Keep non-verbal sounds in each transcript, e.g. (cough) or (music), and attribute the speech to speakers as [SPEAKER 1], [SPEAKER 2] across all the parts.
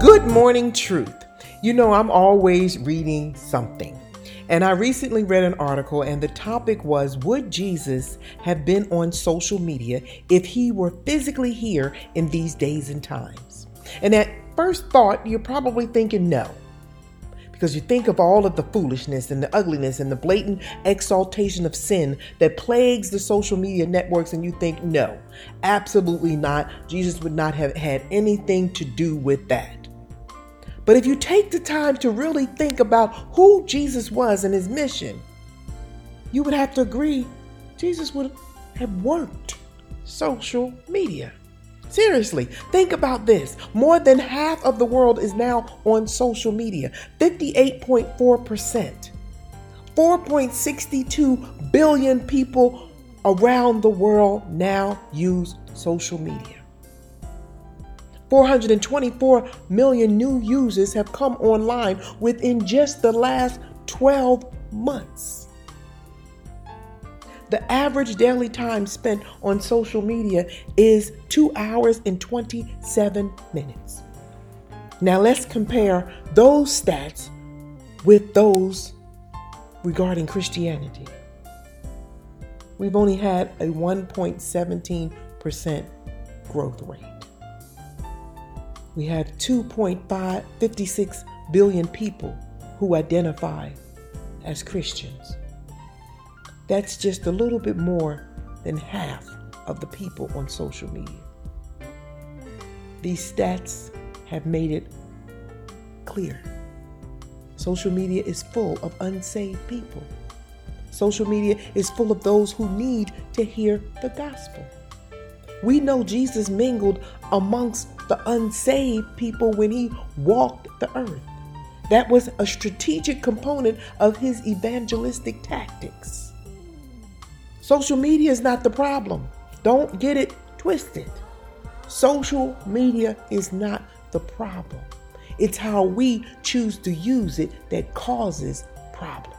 [SPEAKER 1] Good morning, truth. You know, I'm always reading something. And I recently read an article, and the topic was Would Jesus have been on social media if he were physically here in these days and times? And at first thought, you're probably thinking no, because you think of all of the foolishness and the ugliness and the blatant exaltation of sin that plagues the social media networks, and you think no, absolutely not. Jesus would not have had anything to do with that. But if you take the time to really think about who Jesus was and his mission, you would have to agree Jesus would have worked social media. Seriously, think about this. More than half of the world is now on social media 58.4%. 4.62 billion people around the world now use social media. 424 million new users have come online within just the last 12 months. The average daily time spent on social media is 2 hours and 27 minutes. Now let's compare those stats with those regarding Christianity. We've only had a 1.17% growth rate. We have 2.56 billion people who identify as Christians. That's just a little bit more than half of the people on social media. These stats have made it clear. Social media is full of unsaved people. Social media is full of those who need to hear the gospel. We know Jesus mingled amongst the unsaved people when he walked the earth. That was a strategic component of his evangelistic tactics. Social media is not the problem. Don't get it twisted. Social media is not the problem. It's how we choose to use it that causes problems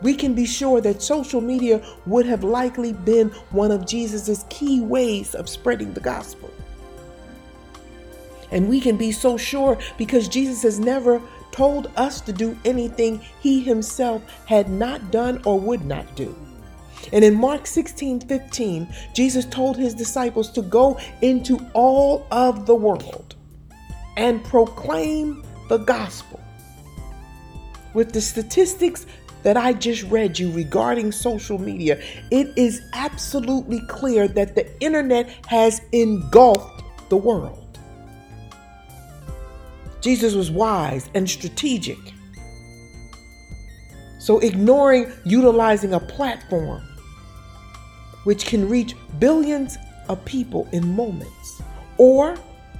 [SPEAKER 1] we can be sure that social media would have likely been one of Jesus' key ways of spreading the gospel. And we can be so sure because Jesus has never told us to do anything he himself had not done or would not do. And in Mark 16 15, Jesus told his disciples to go into all of the world and proclaim the gospel with the statistics that I just read you regarding social media, it is absolutely clear that the internet has engulfed the world. Jesus was wise and strategic. So, ignoring utilizing a platform which can reach billions of people in moments, or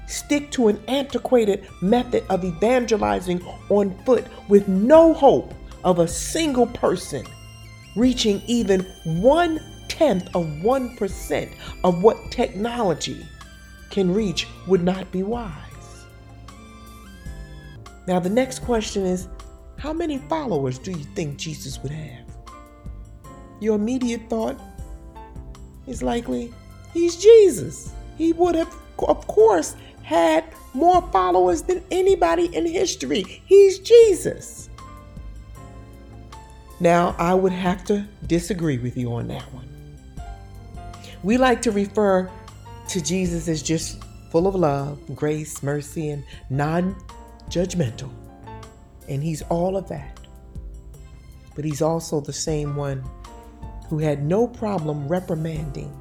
[SPEAKER 1] stick to an antiquated method of evangelizing on foot with no hope of a single person reaching even one tenth of 1% of what technology can reach would not be wise. Now, the next question is how many followers do you think Jesus would have? Your immediate thought is likely he's Jesus. He would have, of course, had more followers than anybody in history. He's Jesus. Now, I would have to disagree with you on that one. We like to refer to Jesus as just full of love, grace, mercy, and non judgmental. And he's all of that. But he's also the same one who had no problem reprimanding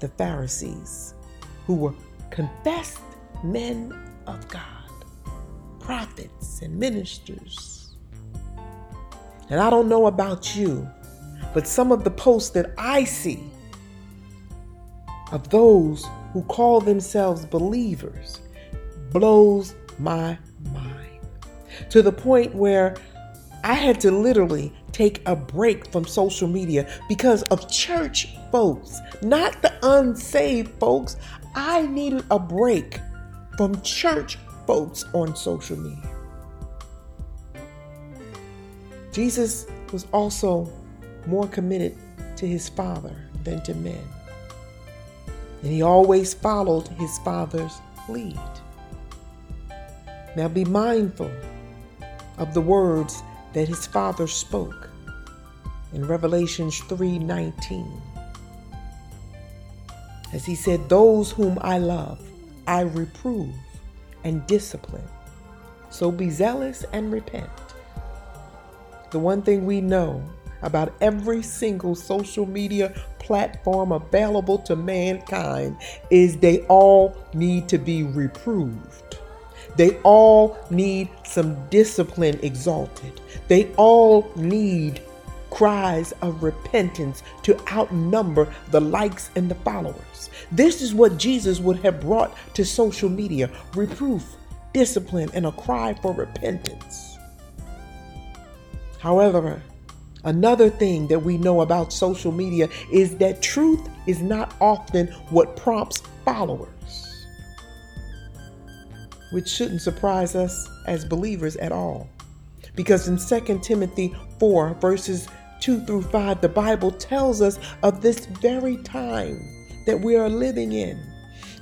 [SPEAKER 1] the Pharisees, who were confessed men of God, prophets, and ministers. And I don't know about you, but some of the posts that I see of those who call themselves believers blows my mind to the point where I had to literally take a break from social media because of church folks, not the unsaved folks. I needed a break from church folks on social media. Jesus was also more committed to his Father than to men. And he always followed his Father's lead. Now be mindful of the words that his father spoke in Revelations 3:19. As he said, "Those whom I love, I reprove and discipline. So be zealous and repent." The one thing we know about every single social media platform available to mankind is they all need to be reproved. They all need some discipline exalted. They all need cries of repentance to outnumber the likes and the followers. This is what Jesus would have brought to social media reproof, discipline, and a cry for repentance. However, Another thing that we know about social media is that truth is not often what prompts followers, which shouldn't surprise us as believers at all. Because in 2 Timothy 4, verses 2 through 5, the Bible tells us of this very time that we are living in.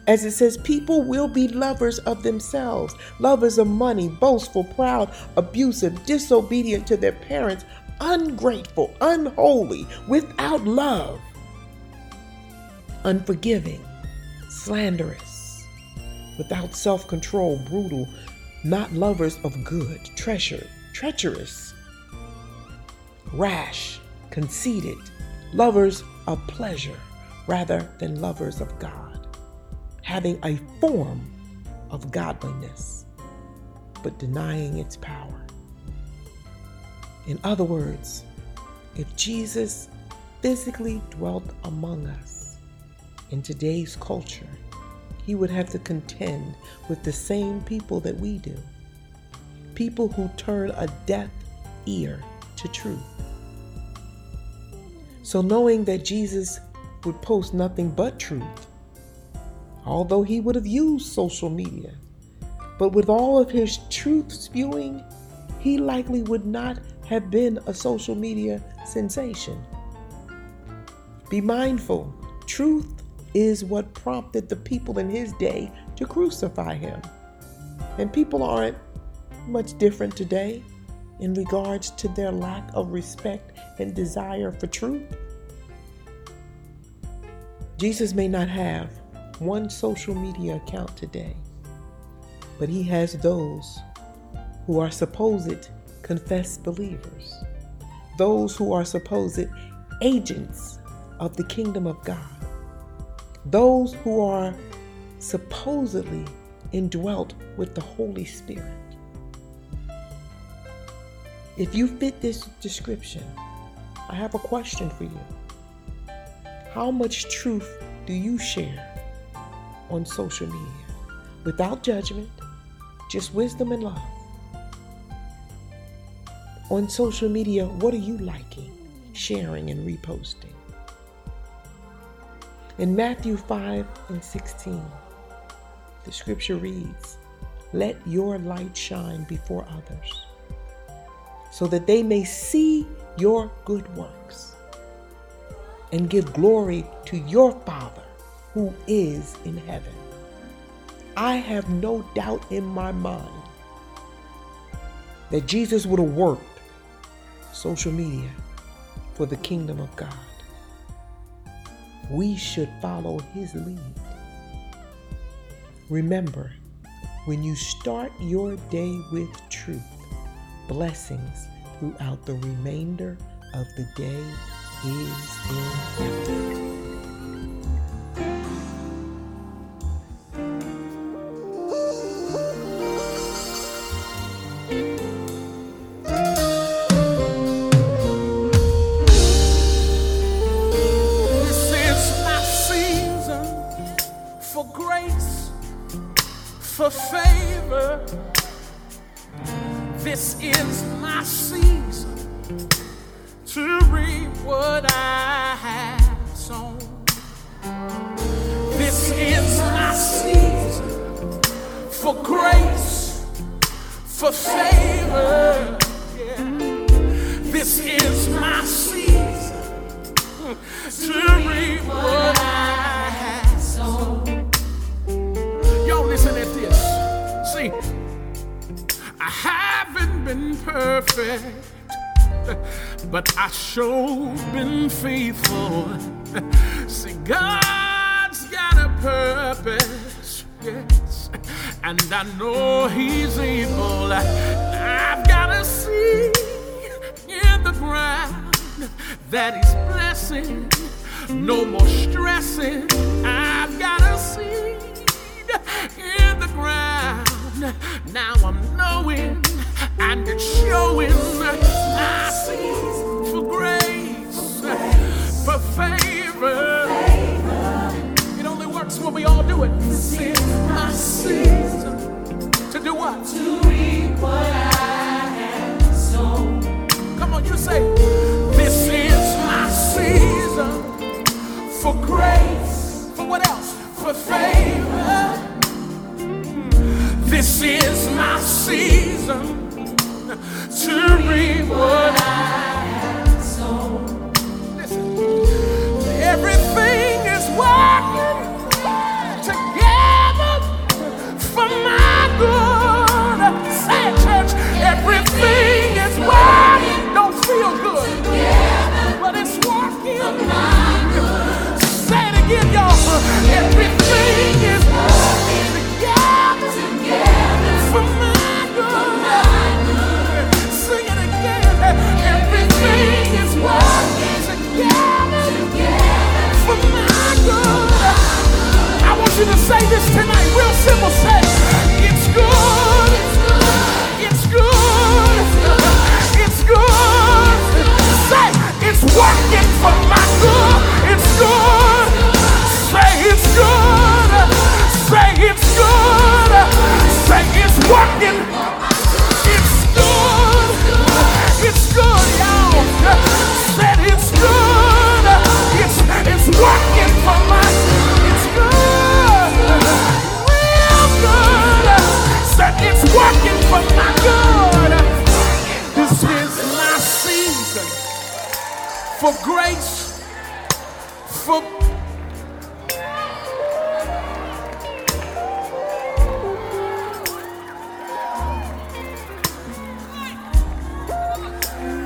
[SPEAKER 1] As it says, people will be lovers of themselves, lovers of money, boastful, proud, abusive, disobedient to their parents, ungrateful, unholy, without love, unforgiving, slanderous, without self control, brutal, not lovers of good, treasure, treacherous, rash, conceited, lovers of pleasure rather than lovers of God, having a form of godliness but denying its power. In other words, if Jesus physically dwelt among us in today's culture, he would have to contend with the same people that we do people who turn a deaf ear to truth. So, knowing that Jesus would post nothing but truth, although he would have used social media, but with all of his truth spewing, he likely would not have been a social media sensation. Be mindful, truth is what prompted the people in his day to crucify him. And people aren't much different today in regards to their lack of respect and desire for truth. Jesus may not have one social media account today, but he has those who are supposed confessed believers, those who are supposed agents of the kingdom of God, those who are supposedly indwelt with the Holy Spirit. If you fit this description, I have a question for you. How much truth do you share on social media without judgment, just wisdom and love? On social media, what are you liking, sharing, and reposting? In Matthew 5 and 16, the scripture reads, Let your light shine before others, so that they may see your good works and give glory to your Father who is in heaven. I have no doubt in my mind that Jesus would have worked social media for the kingdom of God. We should follow his lead. Remember, when you start your day with truth, blessings throughout the remainder of the day is in heaven.
[SPEAKER 2] for favor. This is my season to reap what I have sown. This is my season for grace, for favor. Yeah. This is my season to reap what I have sown. Y'all listen at this. See, I haven't been perfect, but I sure been faithful. (laughs) See, God's got a purpose, yes, and I know He's able. I've got to see in the ground that He's blessing. No more stressing. I've got to see in the ground. Now I'm knowing and it's showing my seeds for grace, for favor. It only works when we all do it. My season to do what? Come on, you say, This is my season for grace. For what else? For favor. This is my season to reap what I have sown. Listen, everything is working together for my good. Say, it, church, everything is working. Don't feel good, but it's working. Say it again, y'all. Everything is working together for my good. Sing it again. Everything is working together for my good. I want you to say this tonight, real simple. Say, it's good. It's good. It's good. Say, it's working for my good. It's good. Say it's good. Say it's good. Say it's working. It's good. It's good, y'all. Said it's good. It's it's working for my. It's good. Real good. Said it's working for my good. This is my season for grace. For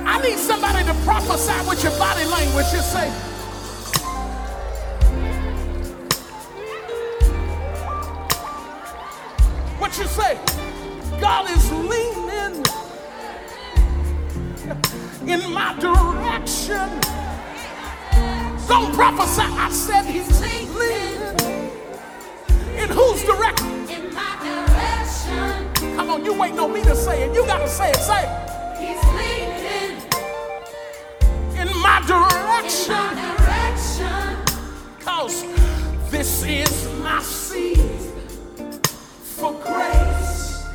[SPEAKER 2] I need somebody to prophesy with your body language. Just say. What you say? God is leaning in my direction. Don't prophesy. I said he's leaning. In whose direction?
[SPEAKER 3] In my direction,
[SPEAKER 2] Come on, you waiting on me to say it. You gotta say it. Say it.
[SPEAKER 3] he's leading.
[SPEAKER 2] In my
[SPEAKER 3] In
[SPEAKER 2] direction.
[SPEAKER 3] my direction,
[SPEAKER 2] Cause this is my season for grace,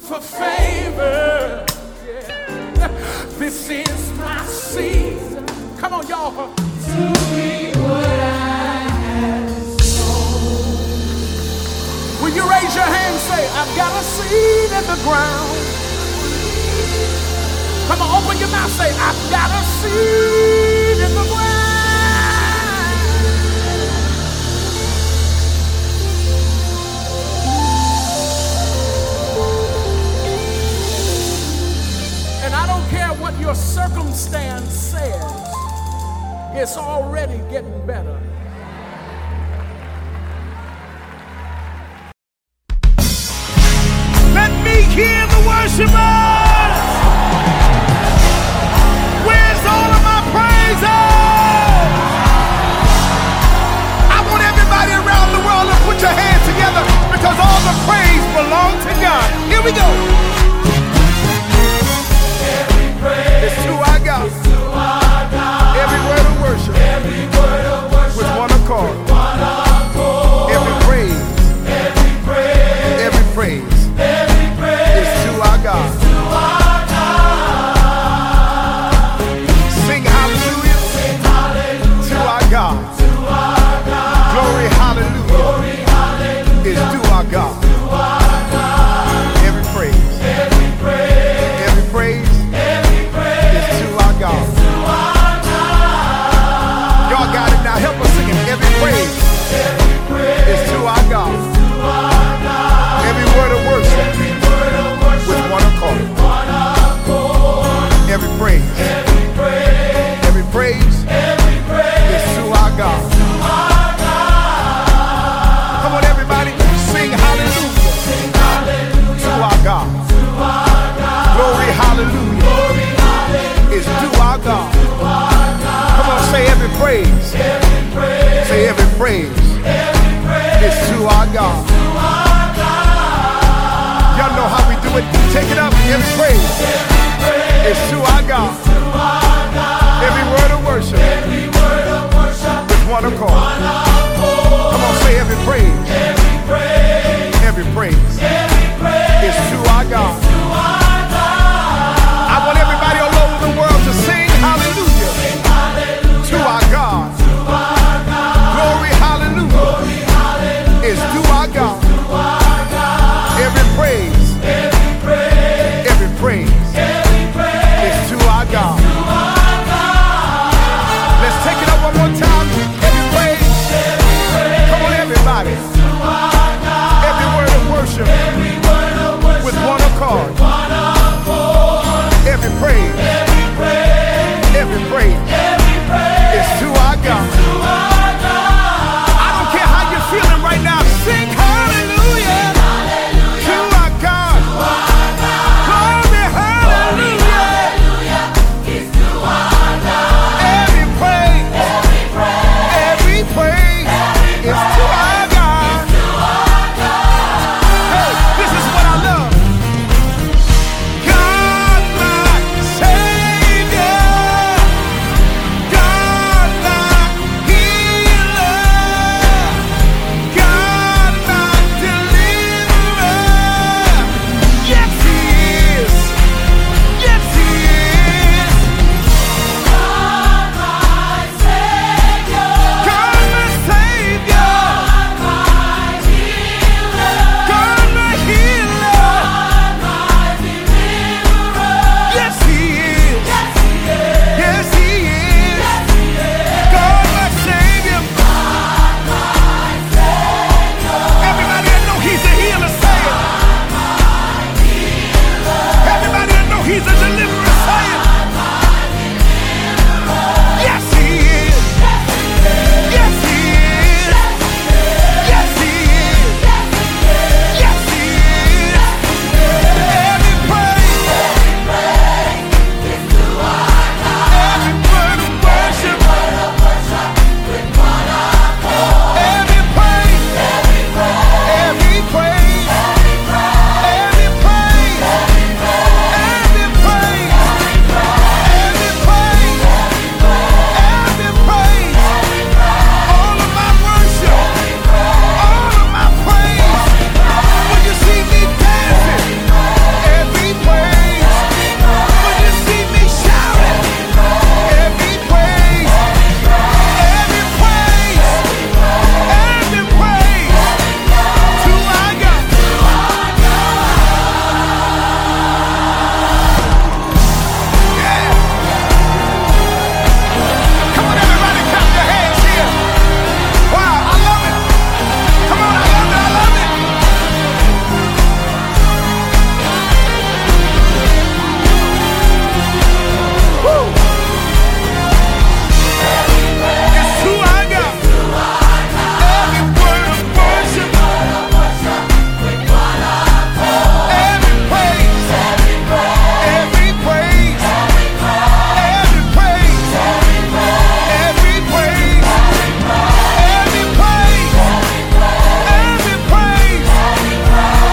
[SPEAKER 2] for favor. Yeah. This is my season. Come on, y'all. Will you raise your hand and say, I've got a seed in the ground? Come on, open your mouth, say, I've got a seed in the ground. And I don't care what your circumstance says, it's already getting better. Let me hear the worshipers! Where's all of my praises? I want everybody around the world to put your hands together because all the praise belongs to God. Here we go. It's to our God. Every word of worship. With one accord. Every praise. Every praise. Is to our God. Sing hallelujah. To our God. Glory hallelujah. Is to our God. Every praise. Every praise. It's to our God. Y'all got it now. Help us sing it. Every praise is to our God. Every word of worship with one
[SPEAKER 4] praise. Say every praise. It's to our God. Y'all know how we do it. Take it up. Every praise. It's to our God. Every word of worship. With one accord. Come on, say every praise. Every praise. It's to our God. I want everybody all over the world to sing hallelujah to our God. Glory, hallelujah is to our God. Every praise, every praise is to our God. Let's take it up one more time. Every praise, come on, everybody. Every word of worship with one accord. Every praise, every praise is to our God. I don't care how you're feeling right now. Sing hallelujah to our God. Glory, hallelujah. Every praise, every praise is to our God. Hey, this is what I love. God, my Savior. God, my healer. God, my deliverer. Yes, He is. Yes, He is. God, my Savior. God, my healer. Yes, He is. Yes, He is. God, my Savior. Everybody that know He's a healer, say it. Everybody that know He's a deliverer, say it. Yes, He is. Yes, He is. Yes, He is. Yes, He is. Every praise, every word of worship, every praise. Every praise, every praise, every praise, every praise, every praise, all of my worship, all of my praise. When you see me dancing, every praise. When you see me shouting, every praise, every praise, every praise. To our God. Yeah. Come on, everybody, clap your hands here. Wow, I love it. Come on, I love it. I love it. Woo. It's to our God. Every word of worship. Every praise, every praise, every praise, every praise, every praise, every praise,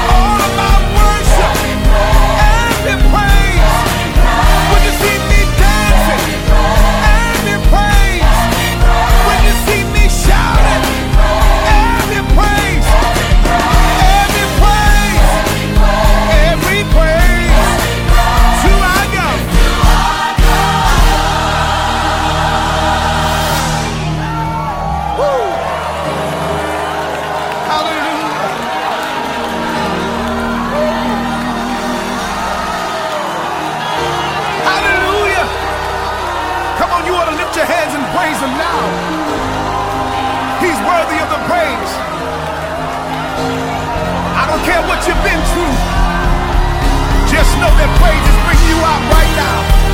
[SPEAKER 4] all of my worship, every praise. When you see me dancing, every praise. When you see me shouting, every praise, every praise. Every praise to our God. Woo. Hallelujah. Hallelujah. Come on, you ought to lift your hands and praise him now. He's worthy of the praise. I don't care what you've been through. Just know that praise is bringing you out right now.